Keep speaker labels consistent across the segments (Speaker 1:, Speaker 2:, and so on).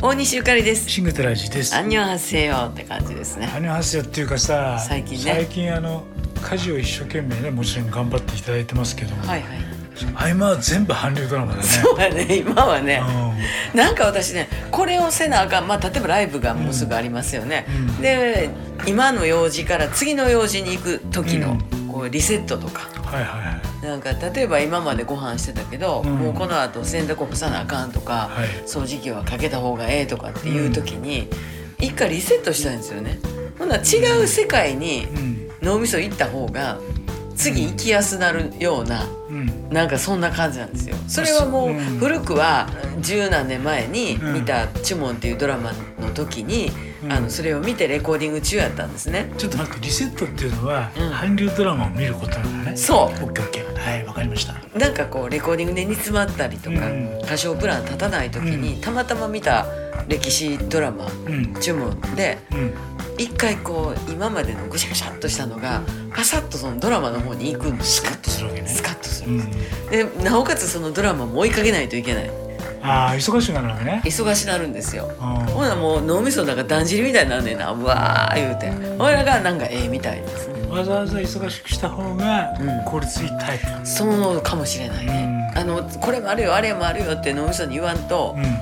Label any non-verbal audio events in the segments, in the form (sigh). Speaker 1: 大西ゆかりです
Speaker 2: シングテラジです。
Speaker 1: アンニョンハセヨって感じですね
Speaker 2: 何を話すよっていうかさ、
Speaker 1: 最近ね
Speaker 2: 最近あの家事を一生懸命ねもちろん頑張っていただいてますけど、
Speaker 1: はいはい
Speaker 2: 合間は全部韓流ドラマだね。
Speaker 1: そうだね今はねなんか私ねこれをせなあかんまあ例えばライブがもうすぐありますよね、
Speaker 2: うんうん
Speaker 1: で今の用事から次の用事に行く時のこうリセットとか
Speaker 2: うん、はいはいはい
Speaker 1: なんか例えば今までご飯してたけど、
Speaker 2: うん
Speaker 1: もうこの後洗濯を干さなあかんとか、
Speaker 2: はい
Speaker 1: 掃除機はかけた方がええとかっていう時に、一回リセットしたいんですよね。ほんなら違う世界に
Speaker 2: うん
Speaker 1: 脳みそ行った方が次行きやすなるような
Speaker 2: うん
Speaker 1: なんかそんな感じなんですよ。それはもう
Speaker 2: うん
Speaker 1: 古くは十何年前に
Speaker 2: うん
Speaker 1: 見た「チュモン」っていうドラマの時に、
Speaker 2: うん
Speaker 1: あのそれを見てレコーディング中やったんですね。
Speaker 2: ちょっと待ってリセットっていうのは、
Speaker 1: うん
Speaker 2: 韓流ドラマを見ることなんだね。
Speaker 1: そう
Speaker 2: オッケーオッケーはいわかりました。
Speaker 1: なんかこうレコーディングで煮詰まったりとか、
Speaker 2: うん
Speaker 1: 歌唱プラン立たない時に、
Speaker 2: う
Speaker 1: たまたま見た歴史ドラマ
Speaker 2: うん
Speaker 1: 「チュモン」で
Speaker 2: うん
Speaker 1: 一回こう今までのぐしゃぐしゃっとしたのがパサッとそのドラマの方に行くんです
Speaker 2: スカッとするわけね。
Speaker 1: スカッとす
Speaker 2: う
Speaker 1: る
Speaker 2: ん、
Speaker 1: でなおかつそのドラマも追いかけないといけない
Speaker 2: ああ忙しくなるわけね。
Speaker 1: 忙しなるんですよ
Speaker 2: うん
Speaker 1: ほなもう脳みそなんかだんじりみたいになんねんなうわー言うて俺らがなんかええみたいですね
Speaker 2: わざわざ忙しくした方が
Speaker 1: うん
Speaker 2: 効率いいタイプ。
Speaker 1: そうかもしれないね
Speaker 2: うん
Speaker 1: あのこれもあるよあれもあるよって脳みそに言わんと
Speaker 2: うん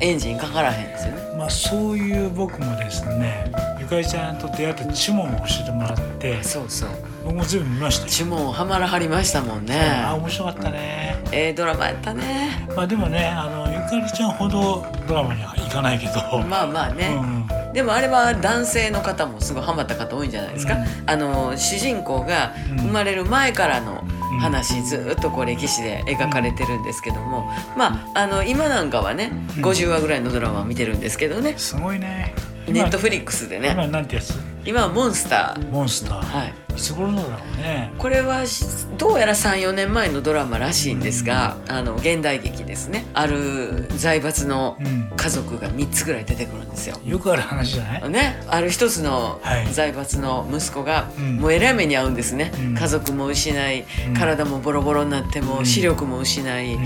Speaker 1: エンジンかからへんですよね
Speaker 2: まあ、そういう僕もですねゆかりちゃんと出会ってチュモンを教えてもらって
Speaker 1: そうそう
Speaker 2: 僕も全部見ましたよ
Speaker 1: 呪文をはまらはりましたもんね
Speaker 2: あー面白かったね、
Speaker 1: ええドラマやったね
Speaker 2: まあ、でもねあのゆかりちゃんほどドラマには行かないけど、
Speaker 1: まあまあね、
Speaker 2: うん
Speaker 1: でもあれは男性の方もすごいハマった方多いんじゃないですか、
Speaker 2: うん
Speaker 1: あの主人公が生まれる前からの話、ずっとこう歴史で描かれてるんですけどもまああの今なんかはね
Speaker 2: うん
Speaker 1: 50話ぐらいのドラマを見てるんですけどね、
Speaker 2: すごいね
Speaker 1: ネ
Speaker 2: 今
Speaker 1: ットフリックスでね
Speaker 2: 今なんてやつ
Speaker 1: 今はモンスター、
Speaker 2: モンスター
Speaker 1: はい、
Speaker 2: いつ頃のだろうね
Speaker 1: これはしどうやら34年前のドラマらしいんですがあの現代劇ですねある財閥の
Speaker 2: うん
Speaker 1: 家族が3つぐらい出てくるんですよ。
Speaker 2: よくある話じゃない
Speaker 1: ね、ある一つの
Speaker 2: はい
Speaker 1: 財閥の息子が
Speaker 2: うん
Speaker 1: もうえらい目に遭うんですね、
Speaker 2: うん
Speaker 1: 家族も失い
Speaker 2: うん
Speaker 1: 体もボロボロになっても
Speaker 2: うん
Speaker 1: 視力も失い、
Speaker 2: う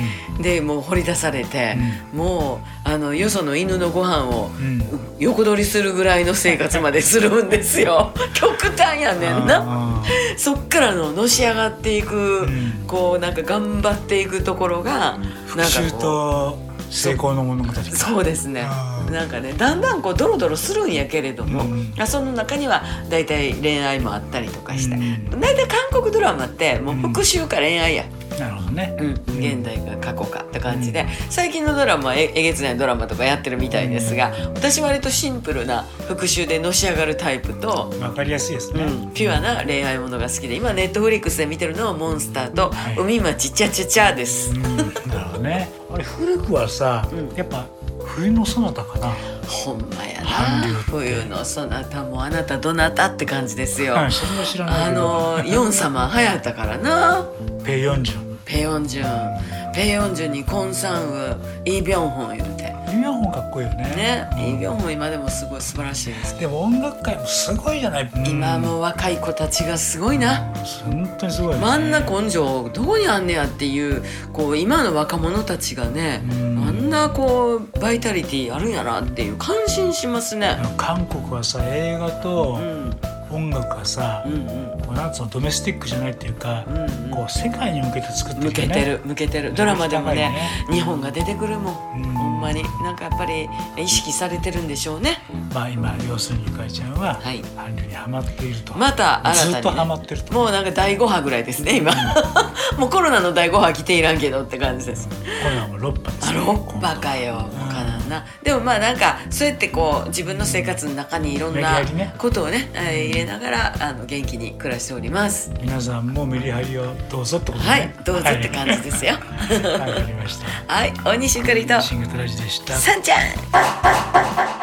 Speaker 1: でもう掘り出されて、もうあのよその犬のご飯を
Speaker 2: んうん
Speaker 1: 横取りするぐらいの生活までするんです
Speaker 2: (laughs)
Speaker 1: よ極端やねんな
Speaker 2: あ
Speaker 1: そっからののし上がっていく、
Speaker 2: うん
Speaker 1: こうなんか頑張っていくところが
Speaker 2: ー
Speaker 1: なんか
Speaker 2: 復讐
Speaker 1: こう
Speaker 2: と成功の物語
Speaker 1: そうですね
Speaker 2: あー
Speaker 1: なんかねだんだんこうドロドロするんやけれども、
Speaker 2: うん
Speaker 1: あその中には大体恋愛もあったりとかして、
Speaker 2: うん
Speaker 1: 大体韓国ドラマってもう復讐か恋愛や、
Speaker 2: なるほどね
Speaker 1: うん
Speaker 2: ん
Speaker 1: 現代か過去かって感じで、最近のドラマはええげつないドラマとかやってるみたいですが私割とシンプルな復讐でのし上がるタイプと。
Speaker 2: わかりやすいです
Speaker 1: う
Speaker 2: ね、
Speaker 1: ん、ピュアな恋愛ものが好きで今ネットフリックスで見てるのは「モンスター」と
Speaker 2: は
Speaker 1: 「
Speaker 2: い
Speaker 1: 海町ちゃちゃちゃ」です、
Speaker 2: うんなるほどね。あれ古くはさ、
Speaker 1: うん
Speaker 2: やっぱ冬のそなたかな。
Speaker 1: ほんまやな
Speaker 2: 韓流って
Speaker 1: 冬のそなたもあなたどなたって感じですよ、
Speaker 2: はい、それは知らない
Speaker 1: あ
Speaker 2: けど。
Speaker 1: のヨン様流行ったからな
Speaker 2: ペヨンジュ
Speaker 1: ペヨンジュンペヨンジュンにコンサンウイ・ビョンホン言うて
Speaker 2: ン。ペヨンホンかっこいいよね。
Speaker 1: ね
Speaker 2: うん
Speaker 1: イ・ビョンホン今でもすごい素晴らしいですけ
Speaker 2: でも音楽界もすごいじゃない。
Speaker 1: ど今
Speaker 2: うん。
Speaker 1: も若い子たちがすごいな
Speaker 2: 本当にすごい、ね。
Speaker 1: 真ん中根性どこにあんねやっていうこう今の若者たちがね
Speaker 2: うん
Speaker 1: あんなこうバイタリティあるんやなっていう感心しますね
Speaker 2: あの韓国はさ映画
Speaker 1: う
Speaker 2: と
Speaker 1: ん
Speaker 2: 音楽がさ、
Speaker 1: うんうん
Speaker 2: こうなんつうのドメスティックじゃないっていうか、
Speaker 1: うんうん
Speaker 2: こう世界に向けて作って
Speaker 1: 向
Speaker 2: る
Speaker 1: け
Speaker 2: よね
Speaker 1: てる向けてるドラマでもね日本が出てくるもん、
Speaker 2: うん
Speaker 1: ほんまになんかやっぱり意識されてるんでしょうね
Speaker 2: まあ今要するにゆかりちゃんは
Speaker 1: はい
Speaker 2: 韓流にハマっていると。
Speaker 1: また新たに、ね、
Speaker 2: ずっとハマってると。
Speaker 1: もうなんか第5波ぐらいですね今もうコロナの第5波来ていらんけどって感じです
Speaker 2: これはもう六発。
Speaker 1: あロッパかよ
Speaker 2: うん
Speaker 1: かななでもまあなんかそうやってこう自分の生活の中にいろんな
Speaker 2: メリハリね
Speaker 1: ことをねえー入れながらあの元気に暮らしております
Speaker 2: 皆さんもメリハリをどうぞってことね。。
Speaker 1: はいどうぞって感じですすよ
Speaker 2: はい、わ、かりました。
Speaker 1: はい大西ゆかりと
Speaker 2: シングトラジでした。
Speaker 1: さんちゃん